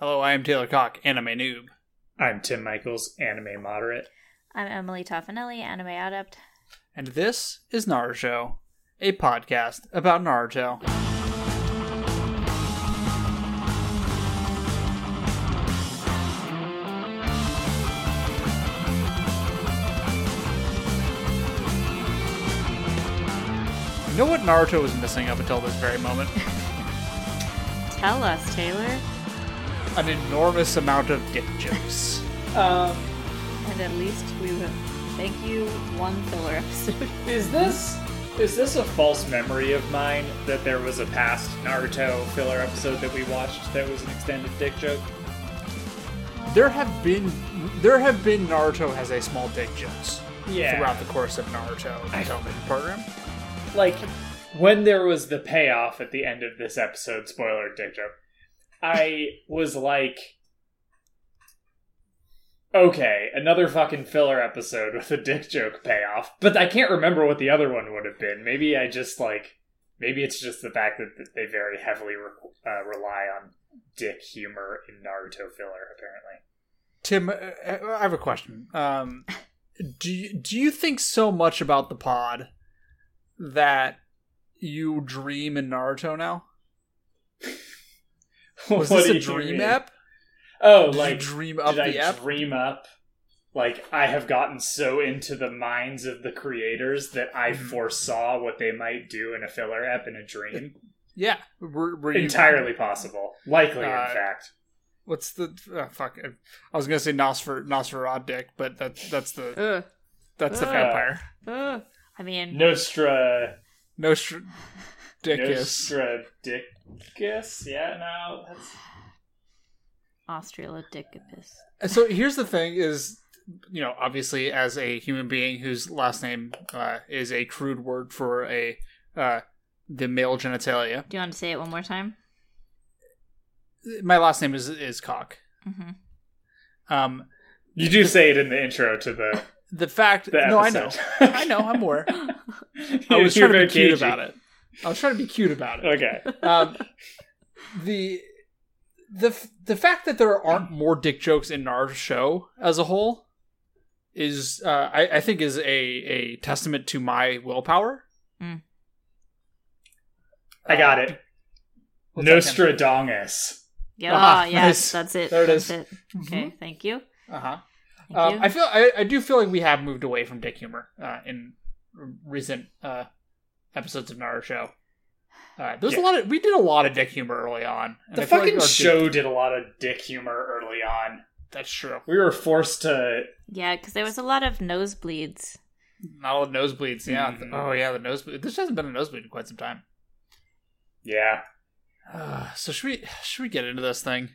Hello, I am Taylor Cock, anime noob. I'm Tim Michaels, anime moderate. I'm Emily Toffanelli, anime adept. And this is Naruto, a podcast about Naruto. You know what Naruto was missing up until this very moment? Tell us, Taylor. An enormous amount of dick jokes. Um, And at least we would thank you one filler episode. is this is this a false memory of mine that there was a past Naruto filler episode that we watched that was an extended dick joke? There have been there have been Naruto has a small dick jokes Yeah. throughout the course of Naruto the television program. like when there was the payoff at the end of this episode spoiler dick joke i was like okay another fucking filler episode with a dick joke payoff but i can't remember what the other one would have been maybe i just like maybe it's just the fact that that they very heavily re- uh, rely on dick humor in naruto filler apparently Tim, uh, I have a question. Um, do you, do you think so much about the pod that you dream in Naruto now? Was What this do a you dream mean? app? oh Did like you dream up did the I app? dream up? Like I have gotten so into the minds of the creators that I Mm-hmm. foresaw what they might do in a filler app in a dream. yeah. Were, were you Entirely possible, likely Uh, in fact. What's the uh, fuck? I, I was gonna say Nosfer Nosferat dick, but that that's the Ugh. that's Ah. the Uh. vampire. Ugh. I mean, Nostra, Nostra dick is Nostra Dickus. Yeah, no, that's Australopithecus. And so here's the thing is you know obviously as a human being whose last name uh, is a crude word for a uh, the male genitalia Do you want to say it one more time? my last name is is cock Mm-hmm. um you do say it in the intro to the, the fact the episode. no i know i know i'm aware i was You're trying to very be cute cagey. about it i was trying to be cute about it Okay, um, the the f- the fact that there aren't more dick jokes in our show as a whole is uh, I, I think is a a testament to my willpower. Mm. I got it. Uh, What's that, Ken? Nostradongus. Yeah, Ah, ah, yes, nice. that's it. There it that's is. it. Okay, thank you. Uh-huh. Thank Um, you. I feel I, I do feel like we have moved away from dick humor uh, in r- recent uh, episodes of Naruto show. Uh, there's Yeah. a lot of we did a lot of dick humor early on. and The I feel like fucking our dick- show did a lot of dick humor early on. that's true. We were forced to. yeah, because there was a lot of nosebleeds. Not all the nosebleeds. Yeah. Mhm. Oh yeah, the nosebleed. This hasn't been a nosebleed in quite some time. Yeah, Uh, so should we should we get into this thing?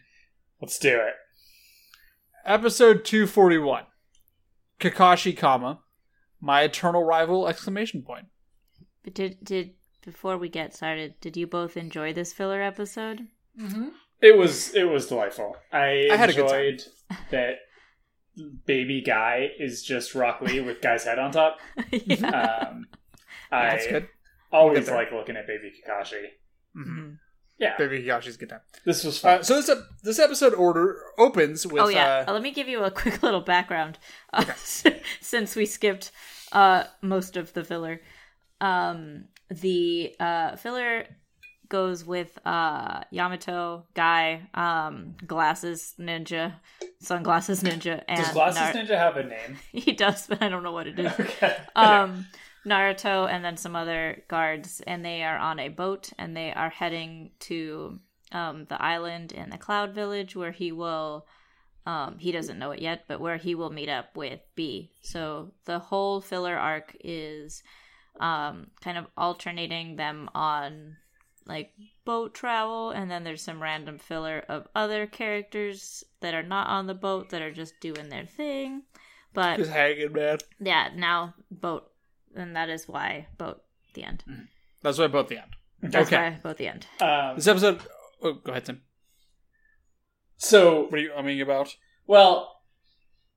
let's do it. Episode two forty one. Kakashi, comma, my eternal rival! Exclamation point. But did did before we get started, did you both enjoy this filler episode? Mm-hmm. It was it was delightful. I, I had a good time. enjoyed that baby guy is just Rock Lee with guy's head on top. yeah. Um, I That's good. We'll get always there. like looking at baby Kakashi. hmm Yeah, Baby Kakashi's good time. this was fun. Uh, so this ep- this episode order opens with. oh yeah Uh, Uh, let me give you a quick little background uh, since we skipped uh, most of the filler um, the uh, filler goes with uh, yamato guy um, glasses ninja sunglasses ninja and Does Glasses Nar- Ninja have a name? he does but i don't know what it is Okay. um Naruto and then some other guards and they are on a boat and they are heading to um the island in the cloud village where he will um he doesn't know it yet but where he will meet up with B. So the whole filler arc is um kind of alternating them on like boat travel and then there's some random filler of other characters that are not on the boat that are just doing their thing. But uh, just hanging, man. yeah, now boat, and that is why boat the end. That's why about the end. That's okay. why boat the end. Um, This episode. Oh, go ahead, Tim. so What are you umming about? well,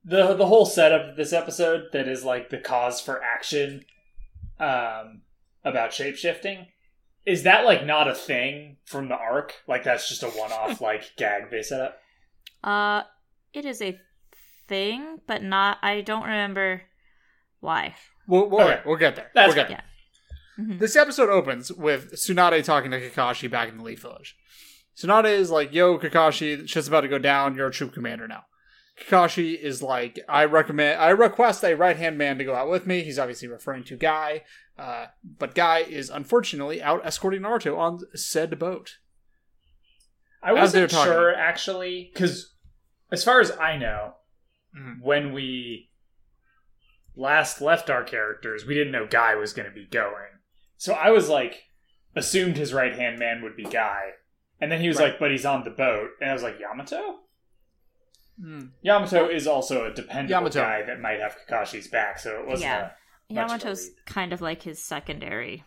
the the whole setup of this episode that is like the cause for action, um, about shapeshifting. Is that like not a thing from the arc? Like that's just a one off like gag they set up. Uh, it is a thing, but not. I don't remember why. We'll, we'll, Okay. we'll get there. That's we'll get fine. there. Mhm. This episode opens with Tsunade talking to Kakashi back in the Leaf Village. Tsunade is like, yo, Kakashi, shit's about to go down. You're a troop commander now. Kakashi is like, I recommend, I request a right hand man to go out with me. He's obviously referring to Guy, uh, but Guy is unfortunately out escorting Naruto on said boat. I As they're wasn't talking. sure actually, because as far as I know, Mhm. when we last left our characters, we didn't know Guy was going to be going. So I was like, assumed his right hand man would be Guy, and then he was Right. like, "But he's on the boat," and I was like, "Yamato." Mm. Yamato is also a dependable Yamato. guy that might have Kakashi's back, so it wasn't. Yeah. a- Much of a Yamato's lead. kind of like his secondary,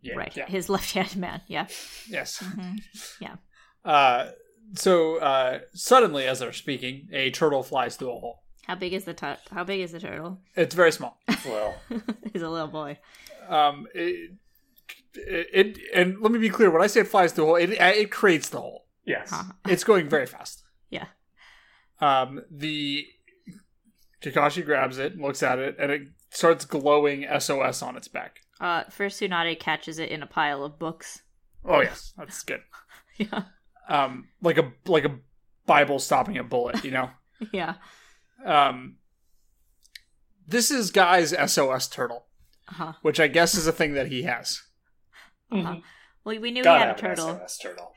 yeah. right? yeah. His left hand man. Yeah. Yes. Mhm. Uh, so uh, suddenly, as they're speaking, a turtle flies through a hole. How big is the tu- How big is the turtle? It's very small. Well, He's a little boy. um it, it, it and let me be clear when i say it flies through the hole it, it creates the hole yes. Huh. it's going very fast Yeah. um the kakashi grabs it looks at it and it starts glowing sos on its back Uh, first Tsunade catches it in a pile of books. oh yes that's good Yeah. um like a like a bible stopping a bullet you know Yeah. um this is guy's sos turtle Uh-huh. which i guess is a thing that he has Uh-huh. Well, we knew Gotta he had have a an turtle. SOS turtle.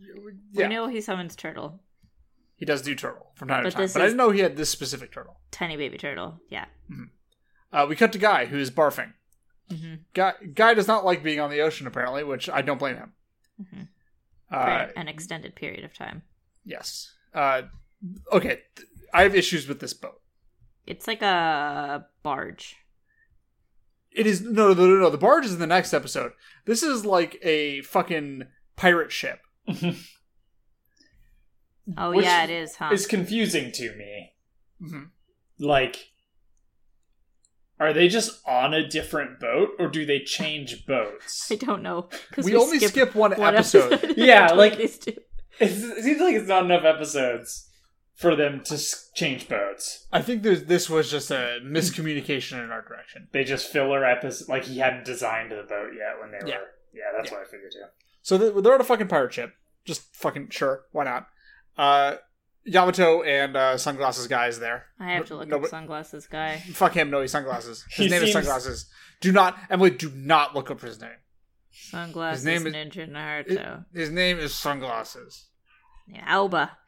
We yeah knew he summons turtle. he does do turtle from time But to time this but i is- didn't know he had this specific turtle Tiny baby turtle. Yeah. Uh, we cut to Guy, who is barfing. Mm-hmm. Guy, Guy does not like being on the ocean, apparently, which I don't blame him. Mhm. For Uh, an extended period of time. yes. Uh, okay, th- I have issues with this boat. It's like a barge. It is no, no, no, no. The barge is in the next episode. This is like a fucking pirate ship. Oh Which yeah, it is, huh? It's confusing to me. Mm-hmm. like are they just on a different boat or do they change boats I don't know because We, only skip, one, episode. Yeah, like- these two. it's, it seems like it's not enough episodes for them to s- change boats I think there's, this was just a miscommunication in our direction. they just filler at this like he hadn't designed the boat yet when they were Yeah. yeah, that's Yeah. what i figured too So th- they're on a fucking pirate ship. Just fucking sure, why not? Uh, Yamato and uh, sunglasses guy is there. I have to look No, up but- sunglasses guy. Fuck him. No, he's sunglasses. His He name is seems- sunglasses. Do not, Emily. Do not look up his name. Sunglasses name is- Ninja Naruto. His name is sunglasses. Yeah, Alba.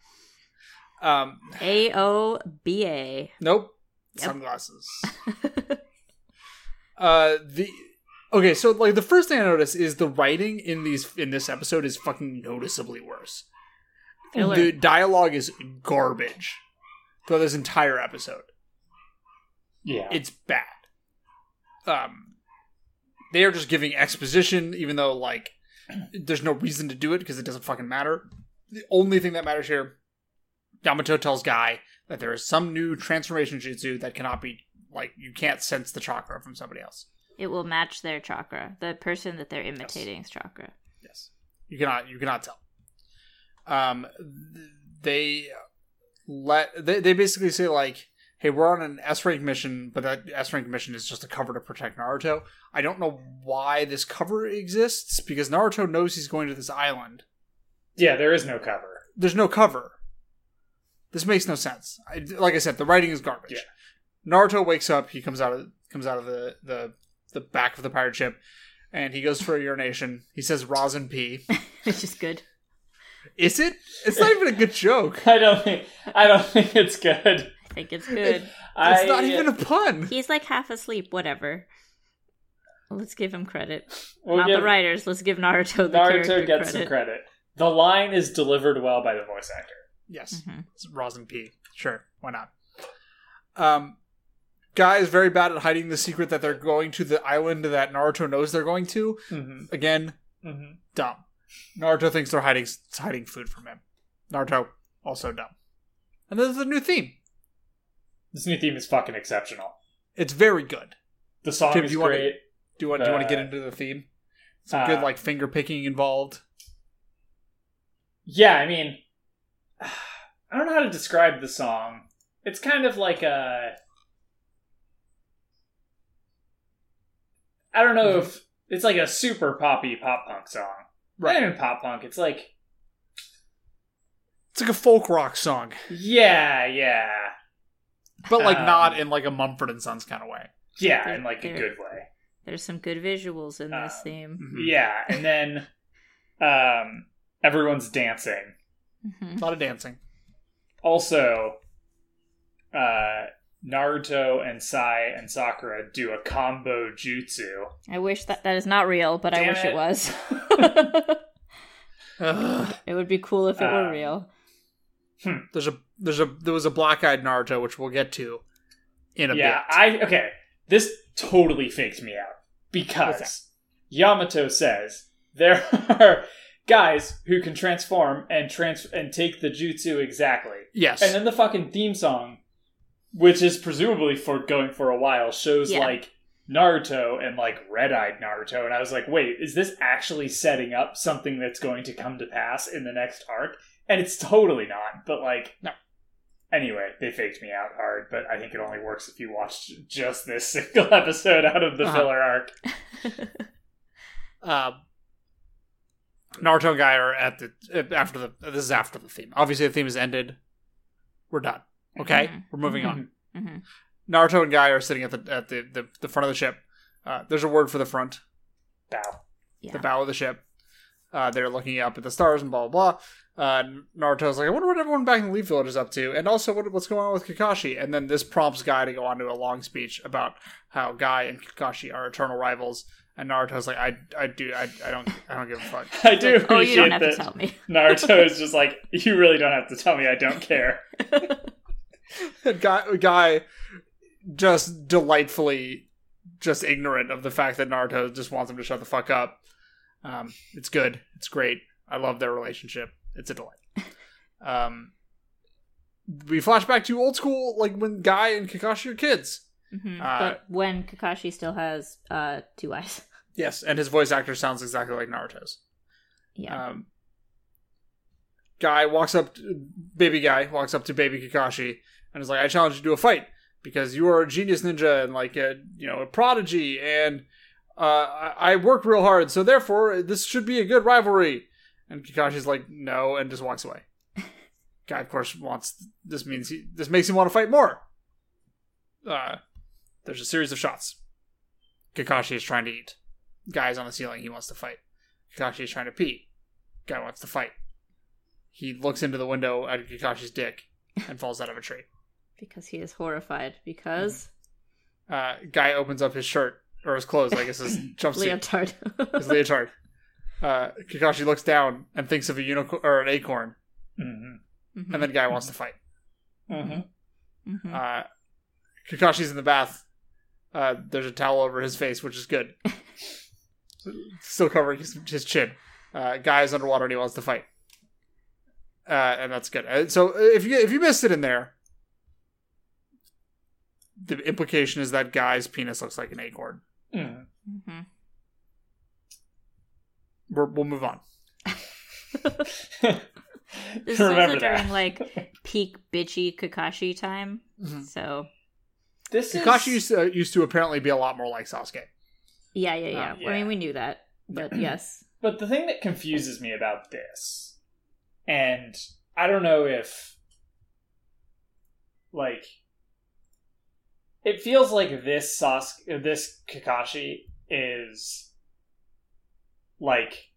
Um, A O B A. nope. Yep. Sunglasses. uh, the okay. So like the first thing I notice is the writing in these in this episode is fucking noticeably worse. Filler. The dialogue is garbage throughout this entire episode. yeah it's bad. Um, they are just giving exposition, even though like there's no reason to do it because it doesn't fucking matter. The only thing that matters here, Yamato tells Guy that there is some new transformation jutsu that cannot be like you can't sense the chakra from somebody else. It will match their chakra, the person that they're imitating's chakra. Yes, you cannot you cannot tell. Um, th- they let they they basically say like. Hey, we're on an S rank mission, but that S rank mission is just a cover to protect Naruto. I don't know why this cover exists because Naruto knows he's going to this island. yeah there is no cover There's no cover. This makes no sense. I, like I said, the writing is garbage. Yeah. Naruto wakes up. He comes out of comes out of the, the the back of the pirate ship, and he goes for a urination. He says "rosin pee." Which is good. Is it? It's not even a good joke. i don't think i don't think it's good I think it's good. It's I, uh, not even a pun. He's like half asleep, whatever. Let's give him credit. we'll Not give the writers, let's give Naruto the character naruto gets credit. some credit the line is delivered well by the voice actor Yes, Mhm. it's rosin pee. Sure, why not? Um, guy is very bad at hiding the secret that they're going to the island that Naruto knows they're going to. mm-hmm. Again, Mm-hmm. dumb. Naruto thinks they're hiding hiding food from him. Naruto also dumb. And this is a new theme. this new theme is fucking exceptional It's very good. the song Tim, is do you wanna- great Do you want? do you want Uh, to get into the theme? Some good uh, like finger picking involved. Yeah, I mean, I don't know how to describe the song. It's kind of like a. I don't know Mm-hmm. if it's like a super poppy pop punk song. Right. Not even pop punk. It's like It's like a folk rock song, yeah, yeah, but like Um, not in like a Mumford and Sons kind of way. yeah, in like a good way. There's some good visuals in this Uh, theme. Mhm. Yeah, and then um, everyone's dancing. hmm A lot of dancing. Also, uh, Naruto and Sai and Sakura do a combo jutsu. I wish that that is not real, but I Damn wish it, it. was. Ugh. it would be cool if it were Um, real. There's a there's a there was a black eyed Naruto, which we'll get to in a yeah, bit. I okay. This totally faked me out because Yamato says there are guys who can transform and trans and take the jutsu exactly. Yes. And then the fucking theme song, which is presumably for going for a while, shows Yeah. like Naruto and like red eyed Naruto. And I was like, wait, is this actually setting up something that's going to come to pass in the next arc? And it's totally not, but like, No. Anyway, they faked me out hard, but I think it only works if you watch just this single episode out of the Uh-huh. filler arc. uh, Naruto and Guy are at the uh, after the this is after the theme. Obviously, the theme is ended. We're done. Okay, Mhm. we're moving on. hmm Mm-hmm. Naruto and Guy are sitting at the at the the, the front of the ship. Uh, there's a word for the front, Bow. Yeah. the bow of the ship. Uh, they're looking up at the stars and blah blah blah. Uh, Naruto's like, I wonder what everyone back in the Leaf Village is up to, and also what, what's going on with Kakashi. And then this prompts Guy to go on to a long speech about how Guy and Kakashi are eternal rivals. And Naruto's like, I, I do, I, I don't, I don't give a fuck. I do appreciate Oh, you don't have that to tell me. Naruto is just like, you really don't have to tell me, I don't care. guy, guy just delightfully just ignorant of the fact that Naruto just wants him to shut the fuck up. Um, it's good. It's great. I love their relationship. It's a delight. Um, we flash back to old school, like when Guy and Kakashi are kids. Mhm. Uh, but when Kakashi still has uh, two eyes. Yes, and his voice actor sounds exactly like Naruto's. Yeah. Um, guy walks up, baby guy walks up to baby Kakashi and is like, "I challenge you to a fight because you are a genius ninja and like a you know a prodigy, and uh, I, I worked real hard, so therefore this should be a good rivalry." And Kakashi's like, "No," and just walks away. guy, of course, wants this means he this makes him want to fight more. Uh, there's a series of shots. Kakashi is trying to eat. Guy's on the ceiling. He wants to fight. Kakashi is trying to pee. Guy wants to fight. He looks into the window at Kakashi's dick and falls out of a tree. because he is horrified because Uh, guy opens up his shirt or his clothes, I guess his jumpsuit, leotard. his leotard. Uh, Kakashi looks down and thinks of a unicorn or an acorn, Mm-hmm. Mhm, and then guy wants to fight. Mm-hmm. mhm. Uh, Kakashi's in the bath. Uh, there's a towel over his face, which is good. Still covering his, his chin. Uh, guy is underwater and he wants to fight. Uh, and that's good. Uh, so uh, if you if you missed it in there, the implication is that guy's penis looks like an acorn. Mm-hmm. Mhm. We're, we'll move on. Mm-hmm. This is also Remember during that. like peak bitchy Kakashi time. So This Kakashi is used to, used to apparently be a lot more like Sasuke. yeah, yeah, yeah. yeah. I mean, we knew that, but yes, But the thing that confuses me about this, and I don't know if, like, it feels like this Sasuke, this Kakashi is, like,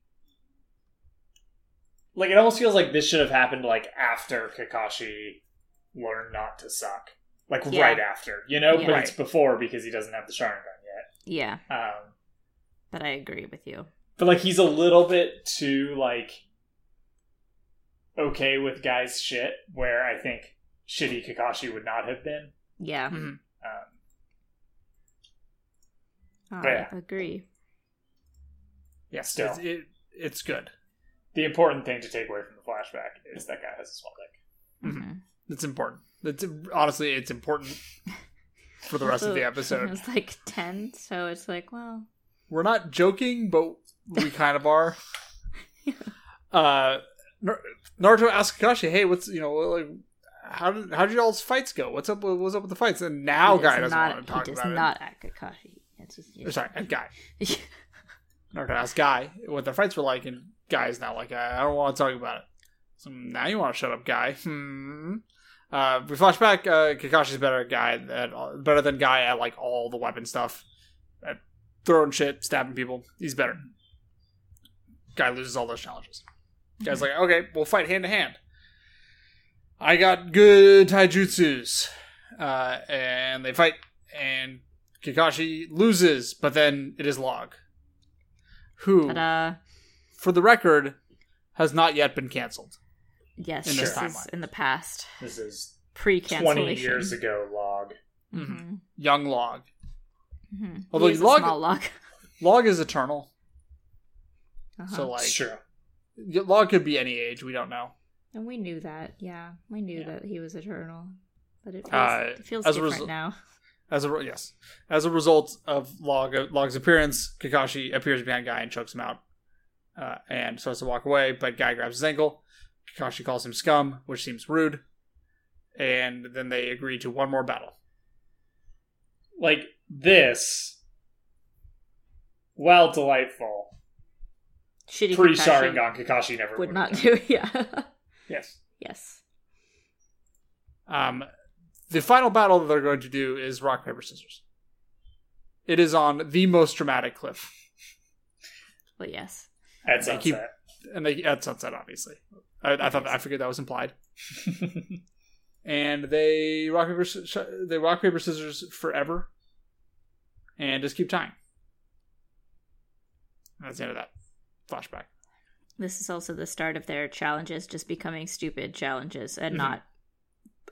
like it almost feels like this should have happened like after Kakashi learned not to suck, like Yeah. right after, you know. Yeah. But it's before because he doesn't have the Sharingan yeah. yet. Um, But I agree with you. but like he's a little bit too like okay with guys shit where i think shitty kakashi would not have been Yeah, um, I Yeah. agree. Yeah, Still. It's, it, it's good. the important thing to take away from the flashback is that guy has a small dick Mm-hmm. Mhm. It's important. It's honestly, it's important for the rest of the it episode. was like ten, so it's like, well, we're not joking, but we kind of are. Uh, Nar- Naruto asks Kakashi, "Hey, what's you know like how did how did y'all's fights go? What's up? What's up with the fights?" And now He does guy doesn't not- want to talk He does about not act Kakashi. It's just- it. Or, Sorry, guy. Yeah. Naruto asks guy what their fights were like, and guy's now like, "I I don't want to talk about it." So now you want to shut up, guy? Hmm. Uh, we flash back. Uh, Kakashi's better at guy at all- better than guy at like all the weapon stuff, at throwing shit, stabbing people. He's better. Guy loses all those challenges. Guy's like, okay, we'll fight hand to hand. I got good taijutsus, uh, and they fight, and Kakashi loses, but then it is Log, who, Ta-da. for the record, has not yet been canceled. Yes, In this this is timeline. in the past, This is pre-cancellation. twenty years ago. Log. hmm Young Log. hmm Mm-hmm. Although He is a log- small log. Log is eternal, Uh-huh. so like It's true. y- Log could be any age. We don't know. and we knew that. Yeah, we knew Yeah. that he was eternal, but it feels, Uh, it feels as a different result- now. As a re- yes, as a result of Log Log's appearance, Kakashi appears behind Guy and chokes him out, uh, and starts to walk away. But Guy grabs his ankle. Kakashi calls him scum, which seems rude, and then they agree to one more battle. Like this. While delightful, Shitty pre Kakashi Sharingan Kakashi never would would've not done. do. Yeah. Yes. yes. Um, the final battle that they're going to do is rock paper scissors. It is on the most dramatic cliff, But yes. At They keep- sunset. and they, at sunset, obviously. I, I thought I figured that was implied. and they rock paper sci- sh- they rock paper scissors forever, and just keep tying. And That's the end of that flashback. This is also the start of their challenges just becoming stupid challenges and Mhm. not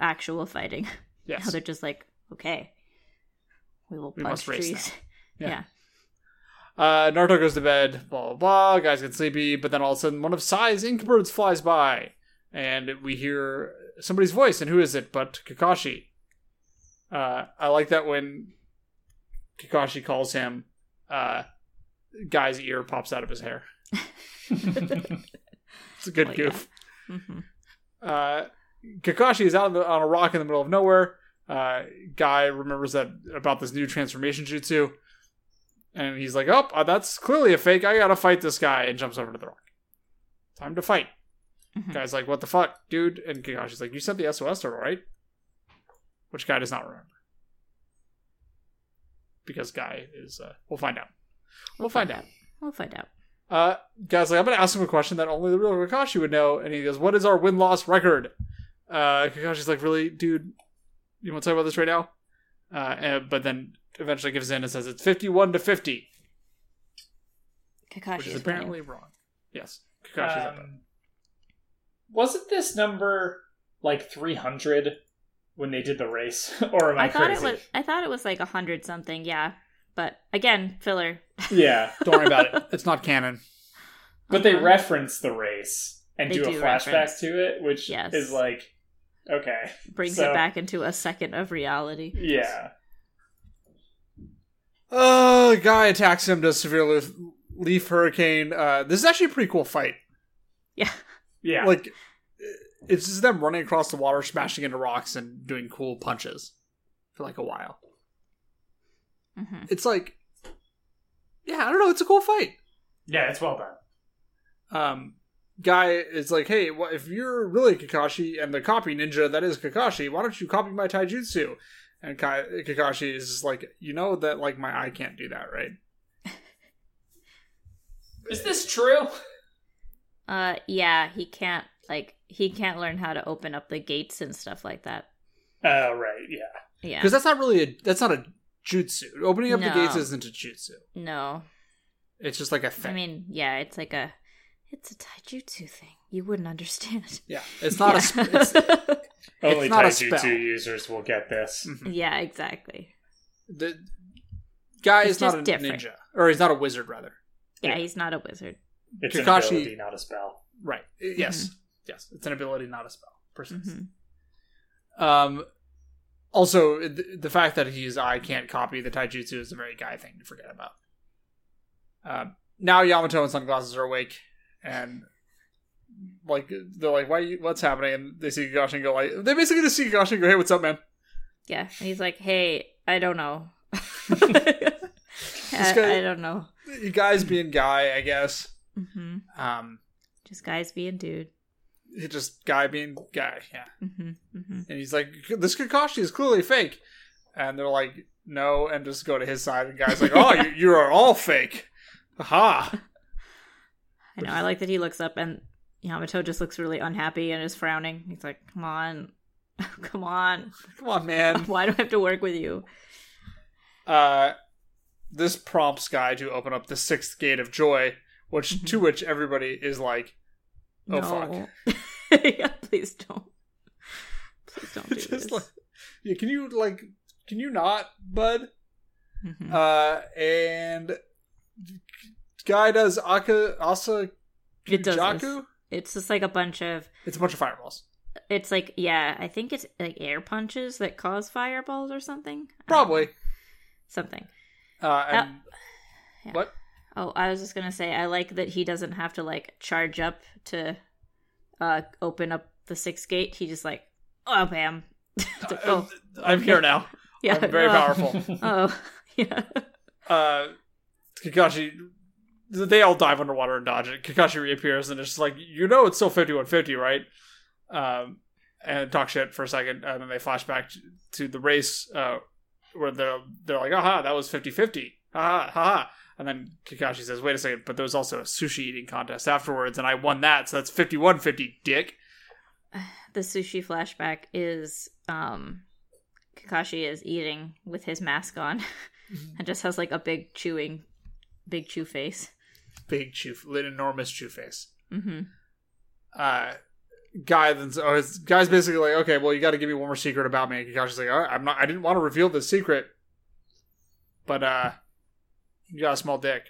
actual fighting. Now Yes, they're just like, okay, we will We punch must race trees. now. Yeah. Yeah. uh, Naruto goes to bed. Blah blah blah. Guys get sleepy, but then all of a sudden, one of Sai's ink birds flies by, and we hear somebody's voice. And who is it? But Kakashi. Uh, I like that when Kakashi calls him. Uh, guy's ear pops out of his hair. It's a good Well, yeah. goof. Mhm. uh, Kakashi is out on, the, on a rock in the middle of nowhere. Uh, guy remembers that about this new transformation jutsu, and he's like, "Oh, uh, that's clearly a fake. I gotta fight this guy." And jumps over to the rock. Time to fight. Mhm. Guy's like, "What the fuck, dude?" And Kakashi's like, "You sent the SOS turtle, right?" Which guy does not remember because guy is. Uh, we'll find out. We'll find out. We'll find out. Uh, guys, like I'm gonna ask him a question that only the real Kakashi would know, and he goes, "What is our win loss record?" Uh, Kakashi's like, "Really, dude? You want to talk about this right now?" Uh, and, but then eventually gives in and says it's 51 to 50, Kakashi which is, is winning. apparently wrong. Yes, Kakashi's up. Um, wasn't this number like 300 when they did the race? or am I, I thought crazy? it was. I thought it was like a hundred something. Yeah, but again, filler. Yeah, Don't worry about it. It's not canon. but they Uh-huh. reference the race and They do, a do flashback reference. to it, which Yes. is like, okay, brings so- it back into a second of reality. yeah, Uh, guy attacks him, does severe leaf, leaf hurricane. Uh, this is actually a pretty cool fight. Yeah, yeah, Like, it's just them running across the water, smashing into rocks, and doing cool punches for like a while. hmm it's like yeah i don't know it's a cool fight yeah, it's well done. um guy is like hey well, if you're really kakashi and the copy ninja that is kakashi why don't you copy my taijutsu and Kai- kakashi is just like you know that like my eye can't do that right Is this true? uh, yeah. He can't like he can't learn how to open up the gates and stuff like that. Oh, right, yeah, Yeah, because that's not really a that's not a jutsu opening up the No. gates isn't a jutsu no. it's just like a thing I mean, yeah, it's like a it's a taijutsu thing. You wouldn't understand. yeah it's not a Yeah. sp- it's, It's only not a Taijutsu spell. users will get this. Mhm. yeah, exactly. the guy It's is not just a different. ninja or he's not a wizard rather Yeah, Yeah. he's not a wizard. It's Kakashi- an ability, not a spell. right yes yes it's an ability not a spell precisely Mhm. Um, also, the, the fact that he's I can't copy the taijutsu is a very guy thing to forget about. Um, now Yamato and Sunglasses are awake, and like they're like, "Why? you- What's happening?" And they see Kagashi and go like, "They basically just see Kagashi and go, hey, what's up, man?'" Yeah, and he's like, "Hey, I don't know. I, guy- I don't know. You guys being guy, I guess. hmm Um, Just guys being dude. he just guy being guy, yeah. hmm hmm And he's like, "This Kakashi is clearly fake," and they're like, "No," and just go to his side. And guy's like, "Oh, you, you are all fake." Aha. I know. I like that he looks up and Yamato just looks really unhappy and is frowning. He's like, "Come on, come on. Come on, man. Why do I have to work with you?" Uh, this prompts Guy to open up the sixth gate of joy, which Mhm. to which everybody is like, Oh, no. fuck. yeah, please don't. Please don't do just this. like, yeah, can you like, can you not, bud? Mhm. Uh, and Guy does Aka Asa It does Jaku. this. It's just like a bunch of. It's a bunch of fireballs, It's like yeah, I think it's like air punches that cause fireballs or something. I don't probably. know. something. Uh, and yeah. what? Oh, I was just gonna say I like that he doesn't have to like charge up to uh open up the sixth gate. He just like oh bam. It's like, oh I'm here now. yeah, I'm very oh, powerful. Oh yeah, uh Kakashi they all dive underwater and dodge it. Kakashi reappears and it's just like, you know it's still fifty one fifty, right? Um and talk shit for a second, and then they flash back to, to the race uh where they're they're like, aha, that was 50-50. Ha ha ha. And then Kakashi says, wait a second, but there was also a sushi eating contest afterwards, and I won that, so that's 51-50, dick. the sushi flashback is um Kakashi is eating with his mask on Mm-hmm. and just has like a big chewing, big chew face. Big chew an enormous chew face. Mm-hmm. uh guy that's oh his guy's basically like okay well you got to give me one more secret about me and Kakashi's like all right, i'm not i didn't want to reveal this secret but uh you got a small dick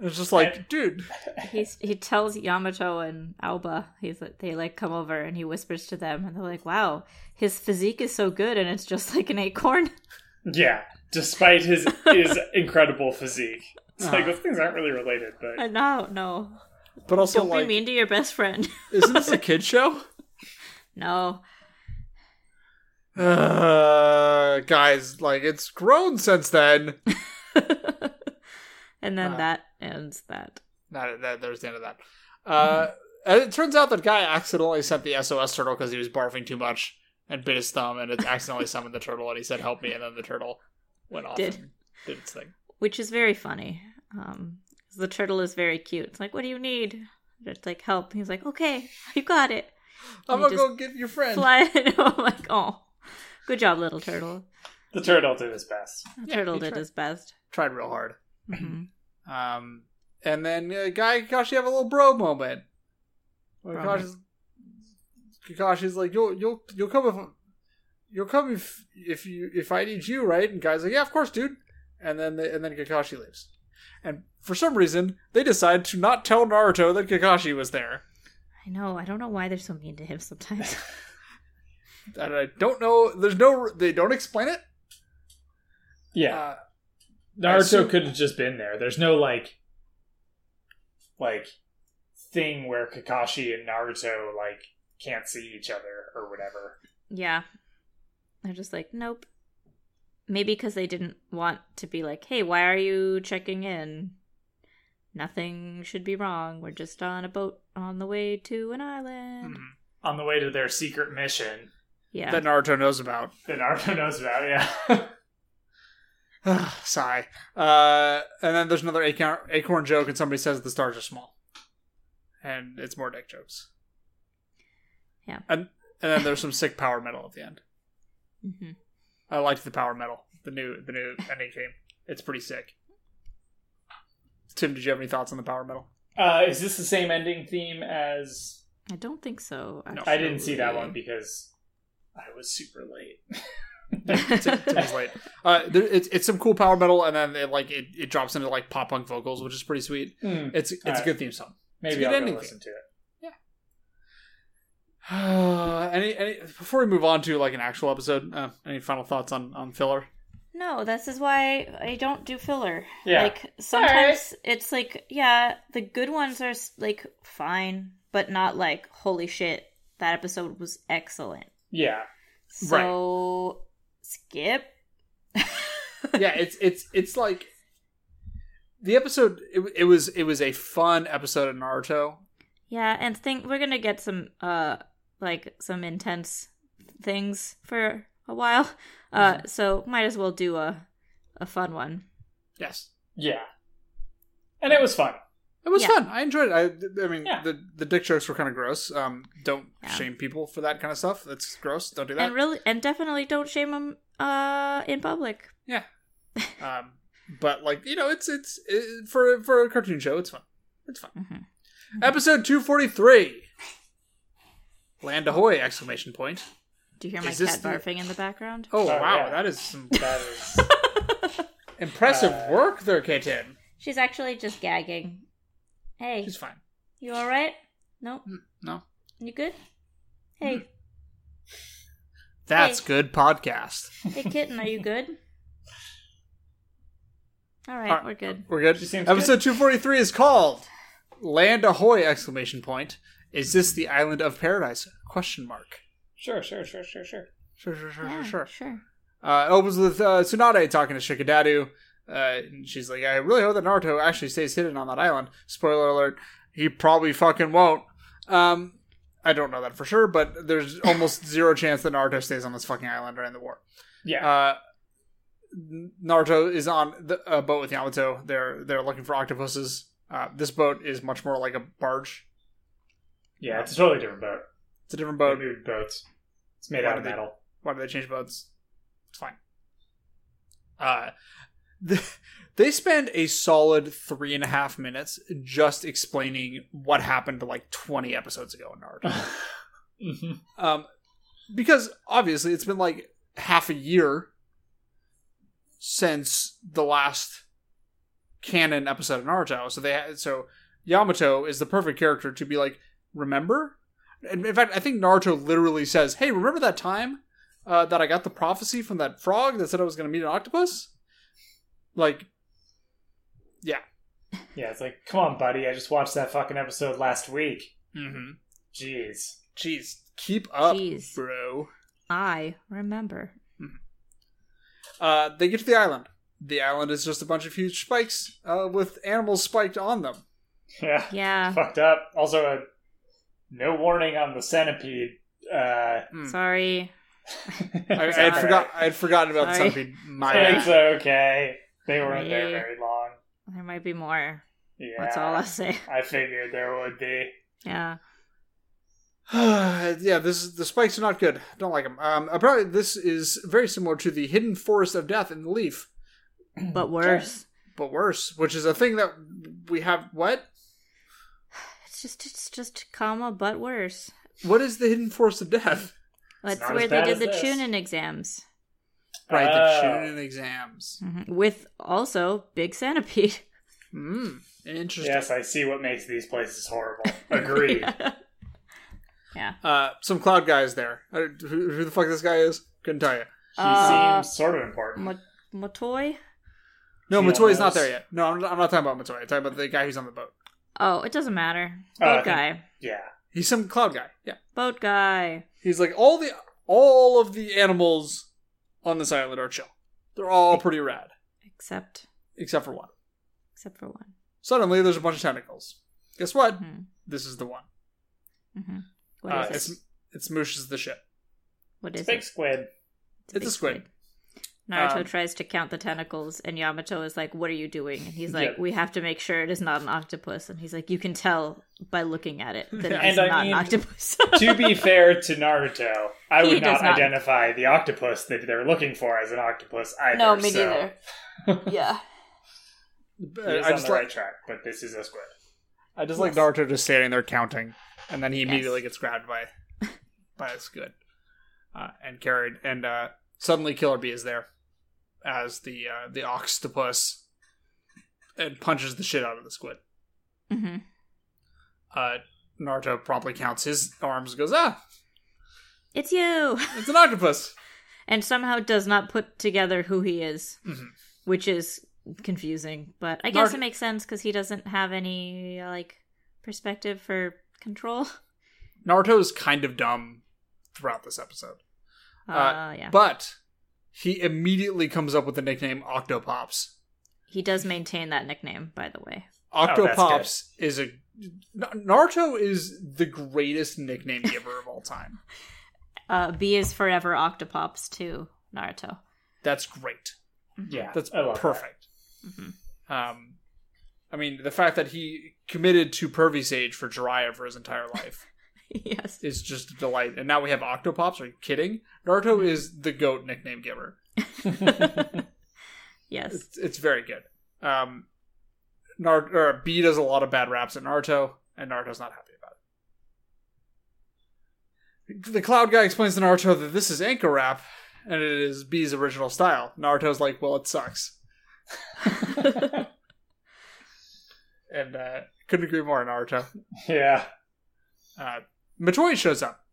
it's just like dude He's he tells Yamato and Alba. He's like- they like come over and he whispers to them and they're like, "Wow, his physique is so good and it's just like an acorn." Yeah, despite his his incredible physique, it's like Uh-huh. those things aren't really related. But Uh, no, no. but also Don't like be mean to your best friend. isn't this a kid show no. uh guys like it's grown since then and then Uh. that ends that. Not that there's the end of that. Hmm. Uh, and it turns out that guy accidentally sent the SOS turtle because he was barfing too much and bit his thumb, and it accidentally summoned the turtle, and he said, "Help me!" And then the turtle went off Did. and did its thing. Which is very funny. Um 'cause the turtle is very cute. It's like, "What do you need?" It's like help. He's like, "Okay, you got it." I'm He gonna just go get your friend. Fly. And I'm like, "Oh, good job, little turtle." the turtle did his best. The Yeah, turtle he did tried. his best. Tried real hard. Mhm. Um, and then uh, guy Kakashi have a little bro moment. Where Bro Kakashi's, Kakashi's like, "You'll you'll you'll come if you'll come if if you if I need you, right?" And guy's like, "Yeah, of course, dude." And then they, and then Kakashi leaves. And for some reason, they decide to not tell Naruto that Kakashi was there. I know. I don't know why they're so mean to him sometimes. And I don't know. There's no. They don't explain it. Yeah, Uh, I Naruto assume- could have just been there. There's no like, like thing where Kakashi and Naruto like can't see each other or whatever. yeah. They're just like, nope. Maybe because they didn't want to be like, hey, why are you checking in? Nothing should be wrong. We're just on a boat on the way to an island. Hmm. mhm. On the way to their secret mission Yeah. That Naruto knows about. that Naruto knows about, yeah. Sigh. Uh, and then there's another acorn, acorn joke, and somebody says the stars are small, and it's more dick jokes. Yeah. And and then there's some sick power metal at the end. hmm I liked the power metal, the new the new ending game. It's pretty sick. Tim, did you have any thoughts on the power metal? uh, is this the same ending theme as? I don't think so. No. I didn't see that one actually. because I was super late. Tim, Tim was late. Uh, there, it's it's some cool power metal, and then it like it, it drops into like pop punk vocals, which is pretty sweet. Hmm. It's it's a Alright. good theme song. Maybe good I'll ending go listen to it. any, any before we move on to like an actual episode, uh, any final thoughts on on filler? No, this is why I don't do filler. Yeah. Like sometimes it's like, yeah, the good ones are s- like fine, but not like, holy shit, that episode was excellent. yeah. Right. So skip. yeah, it's it's it's like the episode. It, it was it was a fun episode of Naruto. Yeah, and think we're gonna get some uh like some intense things for a while. Uh Mm-hmm. so might as well do a a fun one. Yes, Yeah. And it was fun. it was Yeah. fun. I enjoyed it. I, I mean, Yeah. the the dick jokes were kind of gross. Um, don't Yeah. shame people for that kind of stuff. That's gross. Don't do that. And really and definitely don't shame them uh in public. um, but like you know, it's it's it, for for a cartoon show. It's fun. It's fun. Mhm. Episode two forty three. Land ahoy! Exclamation point. Do you hear my Is this cat the- barfing in the background? Oh, Oh, wow, yeah. that is some That is impressive Uh, work there, K10. She's actually just gagging. Hey, She's fine. you all right? Nope. Mm. No, You good? Hey, that's Hey. good podcast. Mm. hey kitten, are you good? All right, Alright. we're good. We're good. She seems Episode two forty three is called "Land Ahoy!" Exclamation point. Is this the island of paradise? Question mark. sure, sure, sure, sure, sure. Sure, sure, sure, Yeah, sure, sure. sure. Uh, it opens with uh, Tsunade talking to Shikadadu. Uh, and she's like, I really hope that Naruto actually stays hidden on that island. Spoiler alert, he probably fucking won't. Um, I don't know that for sure, but there's almost zero chance that Naruto stays on this fucking island during the war. Yeah. Uh, N- Naruto is on the, a boat with Yamato. They're they're looking for octopuses. Uh, this boat is much more like a barge. yeah, it's a totally different boat. It's a different Boat boat. moved boats. It's made Why out of did they- metal. Why do they change boats? It's fine. Uh, th they spend a solid three and a half minutes just explaining what happened like 20 episodes ago in Naruto. Mhm. um, because obviously it's been like half a year since the last canon episode of Naruto. So they ha- so Yamato is the perfect character to be like, remember? And in fact, I think Naruto literally says, "Hey, remember that time uh, that I got the prophecy from that frog that said I was going to meet an octopus?" Like, Yeah, it's like, come on, buddy. I just watched that fucking episode last week. mm-hmm. Jeez. jeez, keep up, Jeez. bro. I remember. Uh, they get to the island. The island is just a bunch of huge spikes uh, with animals spiked on them. Yeah. Yeah. Fucked up. Also, a no warning on the centipede. Uh, Mm. Sorry. I, I it's had alright. forgot. I had forgotten about Sorry. the centipede. My bad. It's okay. They weren't there Me. very long. There might be more. Yeah. That's all I'll say. I figured there would be. Yeah. yeah, this is, the spikes are not good. Don't like them. Um, apparently, this is very similar to the hidden forest of death in the leaf, But worse. but worse, which is a thing that we have. What? It's just it's just comma but worse. What is the hidden forest of death? That's not as where they bad did as the this. Chunin exams. Uh, Right, Oh. the shooting exams. Mhm. With also Big Centipede. Mm, interesting. Yes, I see what makes these places horrible. Agreed. Uh, some cloud guys there. I, who, who the fuck this guy is? Couldn't tell you. He Uh, seems sort of important. Ma- Matoy? No, Neil Matoy's not knows. there yet. No, I'm not, I'm not talking about Matoy. I'm talking about the guy who's on the boat. Oh, it doesn't matter. Oh, Boat I think- guy. yeah. He's some cloud guy. Yeah, Boat guy. he's like all the all of the animals on this island are chill. They're all pretty rad, Except except for one. except for one. Suddenly, there's a bunch of tentacles. Guess what? Mhm. This is the one. Mhm. What Uh, is it? it's it's Mooshes the ship. What It's is a big it? squid. It's, a big squid. Naruto Um, tries to count the tentacles, and Yamato is like, "What are you doing?" And he's like, Yeah. "We have to make sure it is not an octopus." And he's like, "You can tell by looking at it that And it's I not mean- an octopus." to be fair to Naruto, I He would not, does not. identify the octopus that they're looking for as an octopus either. no, me so neither. yeah, He is I on just the like right track, but this is a squid. I just like Naruto just standing there counting, and then he Yes. immediately gets grabbed by by a squid uh, and carried. And uh, suddenly, Killer Bee is there as the uh, the octopus and punches the shit out of the squid. hmm Uh, Naruto promptly counts his arms, and goes ah, it's you. it's an octopus. and somehow does not put together who he is, Mhm. which is confusing. But I guess Nar- it makes sense because he doesn't have any like perspective for control. Naruto is kind of dumb throughout this episode. Uh, Uh, yeah, But he immediately comes up with the nickname Octopops. he does maintain that nickname, by the way. Oh, that's good. Octopops is a Na- Naruto is the greatest nickname giver of all time. Uh, B is forever Octopops to Naruto. That's great. Yeah, That's I love that. perfect. Mhm. Um, I mean, the fact that he committed to Pervy Sage for Jiraiya for his entire life yes. is just a delight. And now we have Octopops. Are you kidding? Naruto is the goat nickname giver. Yes. It's, it's very good. Um, Nar- or B does a lot of bad raps at Naruto, and Naruto's not happy about it. The Cloud guy explains to Naruto that this is Anchor Rap, and it is B's original style. Naruto's like, well, it sucks. And uh, couldn't agree more, Naruto. yeah. Uh, Matoy shows up.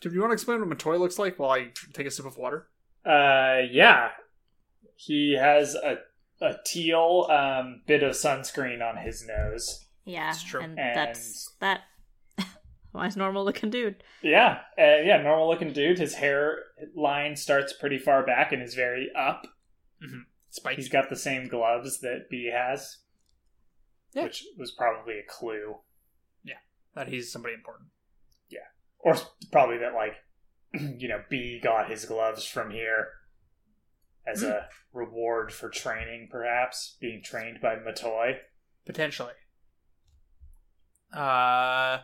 Do you want to explain what Matoy looks like while I take a sip of water? Uh, yeah. He has a a teal um, bit of sunscreen on his nose. Yeah. It's true. And, And- that's that. Why's normal looking dude? Yeah, uh, yeah, normal looking dude. His hair line starts pretty far back and is very up. Mm-hmm. Spike. He's got the same gloves that B has, Yeah. which was probably a clue, that he's somebody important. or probably that like you know B got his gloves from here as a reward for training, perhaps being trained by Matoy. potentially. Uh,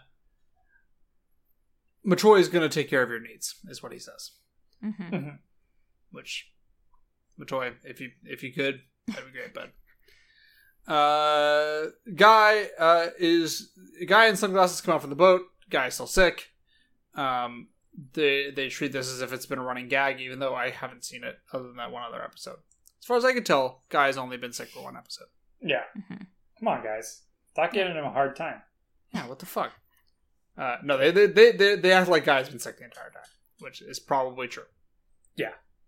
Matoy is going to take care of your needs, is what he says. Mm-hmm. Which, Matoy, if you if you could, that'd be great, bud. Uh, guy uh, is guy in sunglasses come out from the boat. Guy's still sick. Um, they they treat this as if it's been a running gag, even though I haven't seen it other than that one other episode. As far as I could tell, guy's only been sick for one episode. Yeah, Mhm. come on, guys, stop giving him a hard time. Yeah, what the fuck? Uh, no, they they, they they they act like guy's been sick the entire time, which is probably true.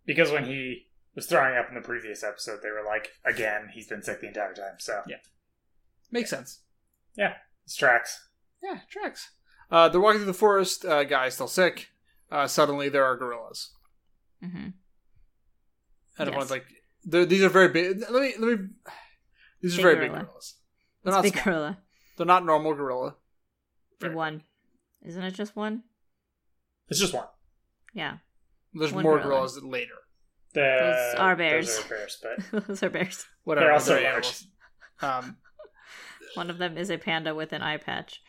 because when he was throwing up in the previous episode, they were like, again, he's been sick the entire time. So Yeah. Makes sense. it's tracks. Yeah, tracks. Uh, they're walking through the forest. Uh, guy's still sick. Uh, suddenly, there are gorillas, Mm-hmm. and Yes. everyone's like, "They're- "These are very big." Let me let me. These are Big very big gorilla. gorillas. They're It's not big small. gorilla. They're not normal gorilla. The Very- one. Isn't it just one? It's just one. Yeah. There's one more gorilla. gorillas later. The, Those are bears. Those are bears, but Those are bears. Whatever. They're also large. animals. Um, One of them is a panda with an eye patch.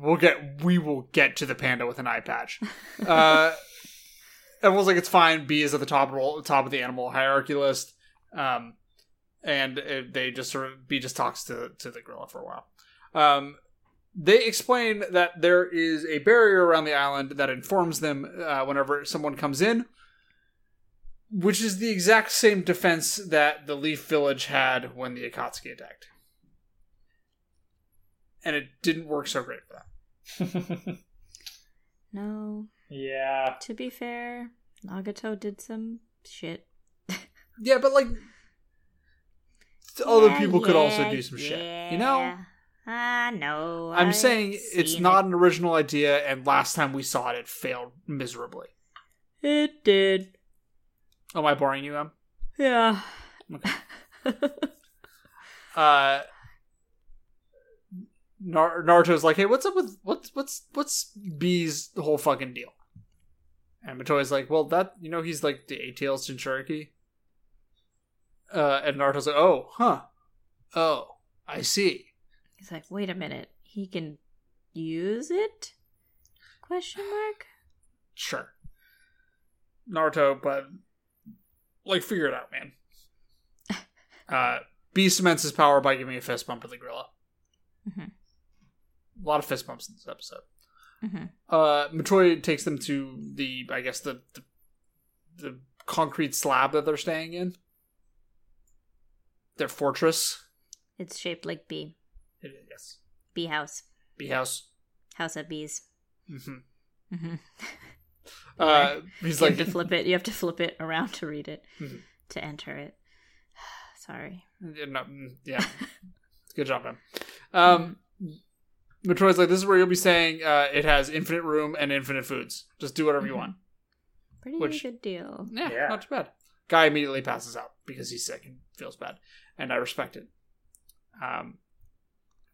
we'll get we will get to the panda with an eye patch. Uh, everyone's like, it's fine. B is at the top roll, top of the animal hierarchy list, um, and it, they just sort of B just talks to to the gorilla for a while. Um, they explain that there is a barrier around the island that informs them uh, whenever someone comes in, which is the exact same defense that the Leaf Village had when the Akatsuki attacked. And it didn't work so great for them. No. yeah. To be fair, Nagato did some shit. Yeah, but like other Yeah, people could also yeah, do some shit. You know? yeah. I know. I'm I've saying it's seen not an original idea, and last time we saw it, it failed miserably. It. It did. Am I boring you, Em? Yeah. Uh, Nar- Naruto's like, hey, what's up with what's what's what's B's whole fucking deal? And Matoy's like, well, that you know, he's like the eight-tailed Jinchuriki. Uh, and Naruto's like, oh, huh, oh, I see. He's like, wait a minute. He can use it? Question mark? sure. Naruto, but like figure it out, man. Uh, B cements his power by giving a fist bump to the gorilla. Mm-hmm. Mhm. A lot of fist bumps in this episode. Mhm. Uh, Matoy takes them to the, I guess the, the the concrete slab that they're staying in. Their fortress. It's shaped like bee. It- Yes, Bee house. bee house. House of bees. hmm hmm Mm-hmm. Uh, he's you like, have to flip it. You have to flip it around to read it, Mhm. to enter it. Sorry. Yeah, no, mm, yeah. Good job, man. Um, Metroid's like, this is where you'll be saying uh, it has infinite room and infinite foods. Just do whatever you Mhm. want. Pretty Which- good deal. Yeah, Yeah. not too bad. Guy immediately passes out because he's sick and feels bad, and I respect it. Um,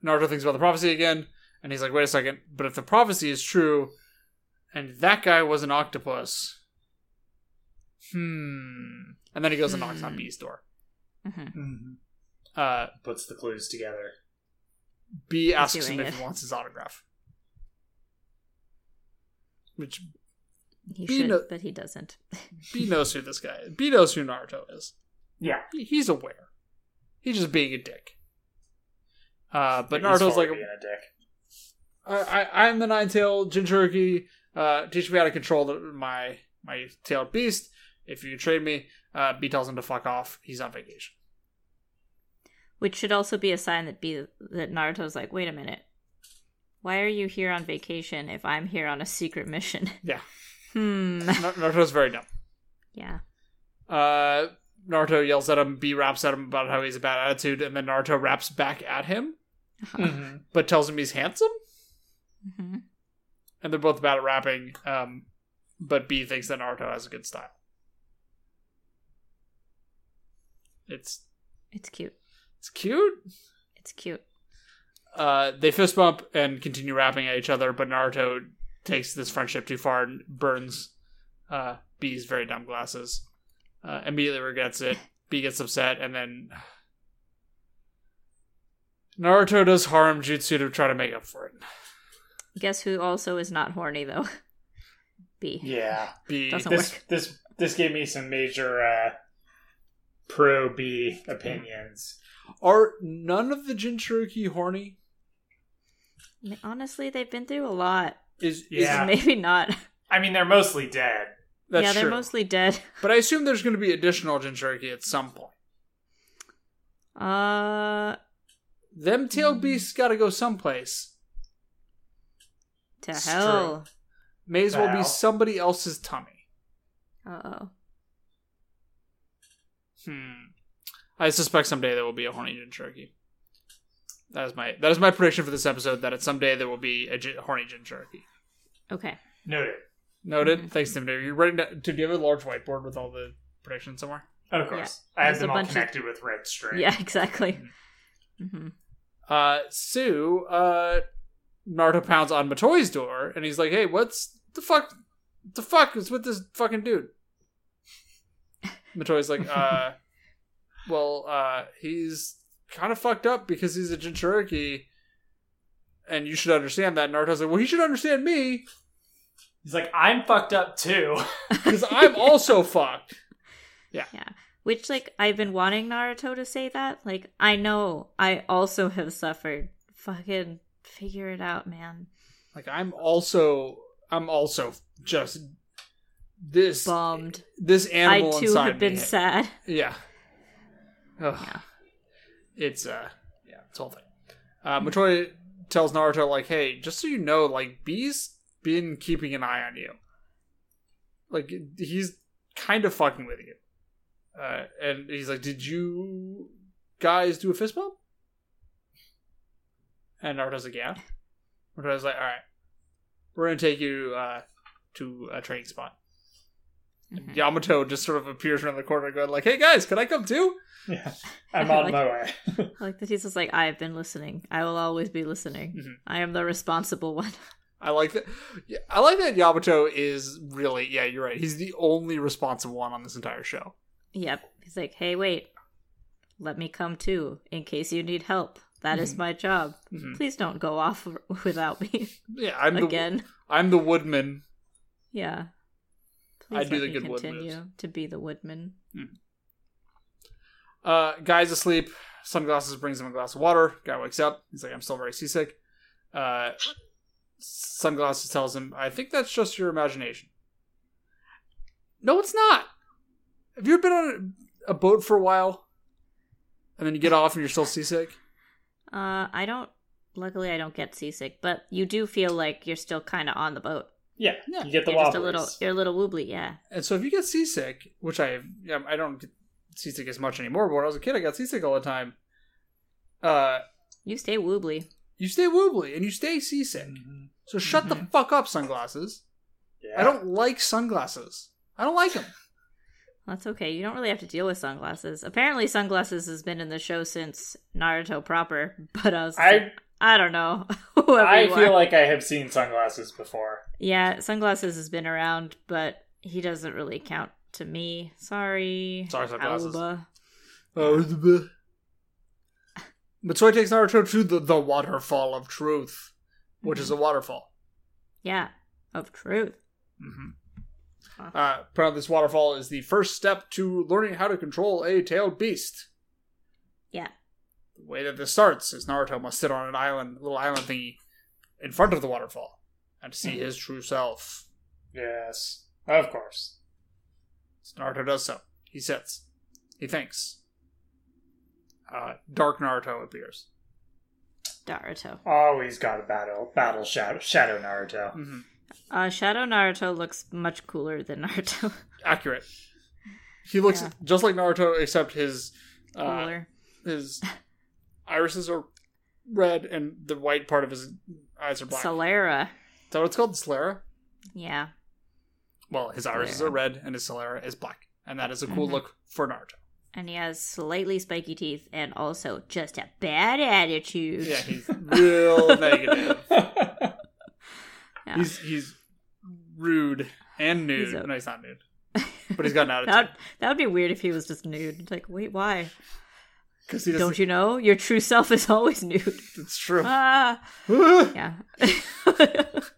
Naruto thinks about the prophecy again, and he's like, wait a second, but if the prophecy is true, and that guy was an octopus, hmm. And then he goes and knocks on Hmm. B's door. hmm Uh, Mm-hmm. Puts the clues together. B asks doing him if it. he wants his autograph. Which He Be should, no- but he doesn't. B knows who this guy is. B knows who Naruto is. Yeah. He- He's aware. He's just being a dick. Uh, but He's Naruto's like, already being a dick. I, I, I'm the nine tailed Jinchuriki. Uh, teach me how to control the, my my tailed beast. If you trade me, uh, B tells him to fuck off. He's on vacation. Which should also be a sign that be that Naruto's like, wait a minute, why are you here on vacation if I'm here on a secret mission? Yeah. hmm. Na- Naruto's very dumb. Yeah. Uh, Naruto yells at him. B raps at him about how he's a bad attitude, and then Naruto raps back at him. Hmm. Uh-huh. but tells him he's handsome, hmm and they're both bad at rapping. Um, but B thinks that Naruto has a good style. It's It's cute. it's cute. It's cute. Uh, they fist bump and continue rapping at each other, but Naruto takes this friendship too far and burns uh, B's very dumb glasses. Uh, immediately regrets it. B gets upset, and then Naruto does harm Jutsu to try to make up for it. Guess who also is not horny though? B. Yeah. B Doesn't This work. this this gave me some major uh, pro B opinions. Are none of the Jinchuriki horny? Honestly, they've been through a lot. Is Yeah. yeah, Maybe not. I mean, they're mostly dead. that's yeah, they're true. mostly dead. But I assume there's going to be additional Jinchuriki at some point. Uh, Them tailed Mm. beasts got to go someplace. to It's hell. May as well be Well. somebody else's tummy. Uh oh. Hmm. I suspect someday there will be a horny Jinchuriki. That is my that is my prediction for this episode. That at someday there will be a jin- horny Jinchuriki. Okay. Noted. Noted. Mhm. Thanks, Tim. Are you writing? Down, do you have a large whiteboard with all the predictions somewhere? Of course. I There's have a them all bunch of- connected with red string. Yeah, exactly. Mm-hmm. hmm Uh, Sue, uh, Naruto pounds on Matoy's door, and he's like, "Hey, what's the fuck? The fuck is with this fucking dude?" Matoy's like, "Uh, well, uh, he's kind of fucked up because he's a Jinchuriki, and you should understand that." Naruto's like, "Well, he should understand me He's like, I'm fucked up too. because I'm also fucked." Which, like, I've been wanting Naruto to say that. Like, I know I also have suffered. Fucking figure it out, man. Like, I'm also, I'm also just this Bummed. this I animal too inside have been me. sad. Yeah. Ugh. Yeah. It's uh yeah, it's a whole thing. Uh Matoy tells Naruto like, hey, just so you know, like B's been keeping an eye on you. Like he's kind of fucking with you. Uh and he's like, Did you guys do a fist bump? And Naruto's like, Yeah. Matoy's like, Alright, we're gonna take you uh to a training spot. Mm-hmm. Mhm. Yamato just sort of appears around the corner going like, Hey guys, can I come too? Yeah. I'm on Like- my way. I Like that, he's just like, I have been listening. I will always be listening. Mhm. I am the responsible one. I like that. yeah, I like that Yamato is really. Yeah, you're right. He's the only responsible one on this entire show. Yep. He's like, hey, wait. Let me come too, in case you need help. That is my job. Mhm. Please don't go off without me Yeah, I'm Mm-hmm. again. the I'm the woodman. Yeah. I do let the me good wood to be the woodman. Uh, guy's asleep. Sunglasses brings him a glass of water. Guy wakes up. He's like, I'm still very seasick. Uh, sunglasses tells him, I think that's just your imagination. No, it's not. Have you been on a boat for a while, and then you get off and you're still seasick? Uh, I don't. Luckily, I don't get seasick, but you do feel like you're still kind of on the boat. Yeah, Yeah. you get the You're just a wobbles. little, you're a little wobbly, yeah. And so if you get seasick, which I um, I don't get seasick as much anymore, but when I was a kid, I got seasick all the time. Uh, You stay wobbly. you stay wobbly and you stay seasick. Mhm. So shut the fuck up, sunglasses. Yeah. I don't like sunglasses. I don't like them. That's okay. You don't really have to deal with sunglasses. Apparently, sunglasses has been in the show since Naruto proper, but I was just like, I I don't know. Whoever I you feel are. like I have seen sunglasses before. yeah, sunglasses has been around, but he doesn't really count to me. Sorry. Sorry, sunglasses. Alba. but Soy takes Naruto to the, the waterfall of truth, which is a waterfall. Yeah, of truth. Mm-hmm. Uh, apparently, this waterfall is the first step to learning how to control a tailed beast. Yeah. The way that this starts is Naruto must sit on an island, little island thingy, in front of the waterfall, and see Hmm. his true self. Yes, of course. Naruto does so. He sits. He thinks. Uh, Dark Naruto appears. Naruto. Always got a battle battle shadow shadow Naruto. Mm-hmm. Uh, Shadow Naruto looks much cooler than Naruto. Accurate. He looks Yeah. just like Naruto, except his uh, cooler. his irises are red and the white part of his eyes are black. Is Solera. that what it's called? Solera? Yeah. Well, his irises Sclera. are red and his Solera is black. And that is a cool Mhm. look for Naruto. And he has slightly spiky teeth and also just a bad attitude. Yeah, he's real negative. Yeah. He's he's rude and nude. He's a- No, he's not nude. But he's got an attitude. That, that would be weird if he was just nude. It's Like, wait, why? 'Cause he doesn't- Don't you know? Your true self is always nude. It's true. ah, what yeah. Mm,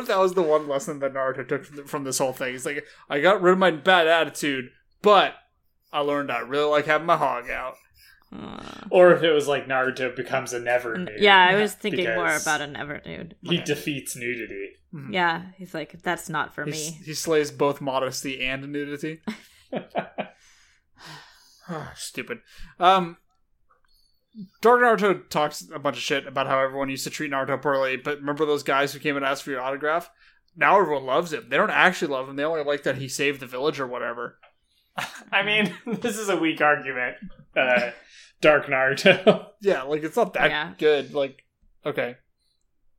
if that was the one lesson that Naruto took from- from this whole thing? It's like, I got rid of my bad attitude, but I learned I really like having my hog out. Uh, or if it was like Naruto becomes a never n- nude. Mm, yeah, I was thinking more because about a never nude. He defeats nudity. Mhm. Yeah, he's like, that's not for He, s- me. he slays both modesty and nudity. Ah, Stupid. Um, Dark Naruto talks a bunch of shit about how everyone used to treat Naruto poorly, but remember those guys who came and asked for your autograph? Now everyone loves him. They don't actually love him. They only like that he saved the village or whatever. I mean, this is a weak argument. Uh, Dark Naruto. Yeah, like it's not that Yeah. good. Like, okay,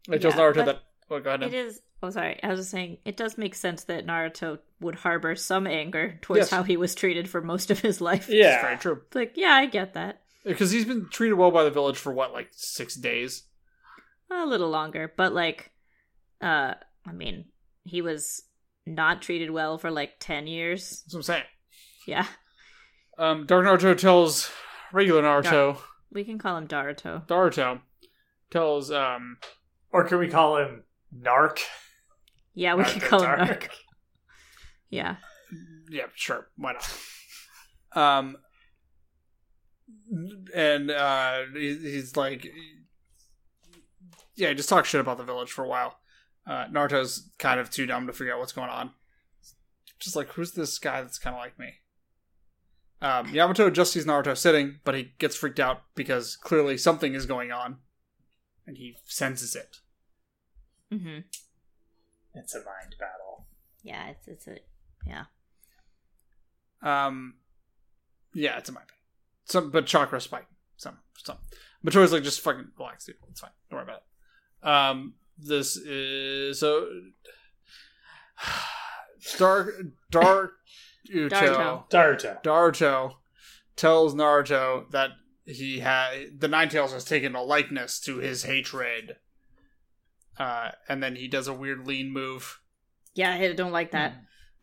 it tells Yeah, Naruto but that. Oh, go ahead. Em. It is. Oh, sorry. I was just saying, it does make sense that Naruto would harbor some anger towards Yes. how he was treated for most of his life. It's very yeah, true. It's like, yeah, I get that. Because he's been treated well by the village for what, like six days. a little longer but like uh i mean he was not treated well for like 10 years That's what I'm saying. yeah Um, Dark Naruto tells regular Naruto. we can call him daruto Naruto tells um, or can we call him Narc? yeah we can Naruto call him Dark. yeah yeah, sure, why not? Um, and uh, he, he's like, yeah, just talk shit about the village for a while. Uh, Naruto's kind of too dumb to figure out what's going on. Just like, who's this guy that's kind of like me? Um, Yamato just sees Naruto sitting, but he gets freaked out because clearly something is going on, and he senses it. mm-hmm. It's a mind battle. yeah it's it's a Um, yeah, it's a migraine. Some, but chakra spike. Some, some. But Troy's like, just fucking relax, dude. It's fine. Don't worry about it. Um, this is so dark, dark, Uto, Naruto. Naruto. Naruto tells Naruto that he had the Nine Tails has taken a likeness to his hatred. Uh, and then he does a weird lean move yeah i don't like that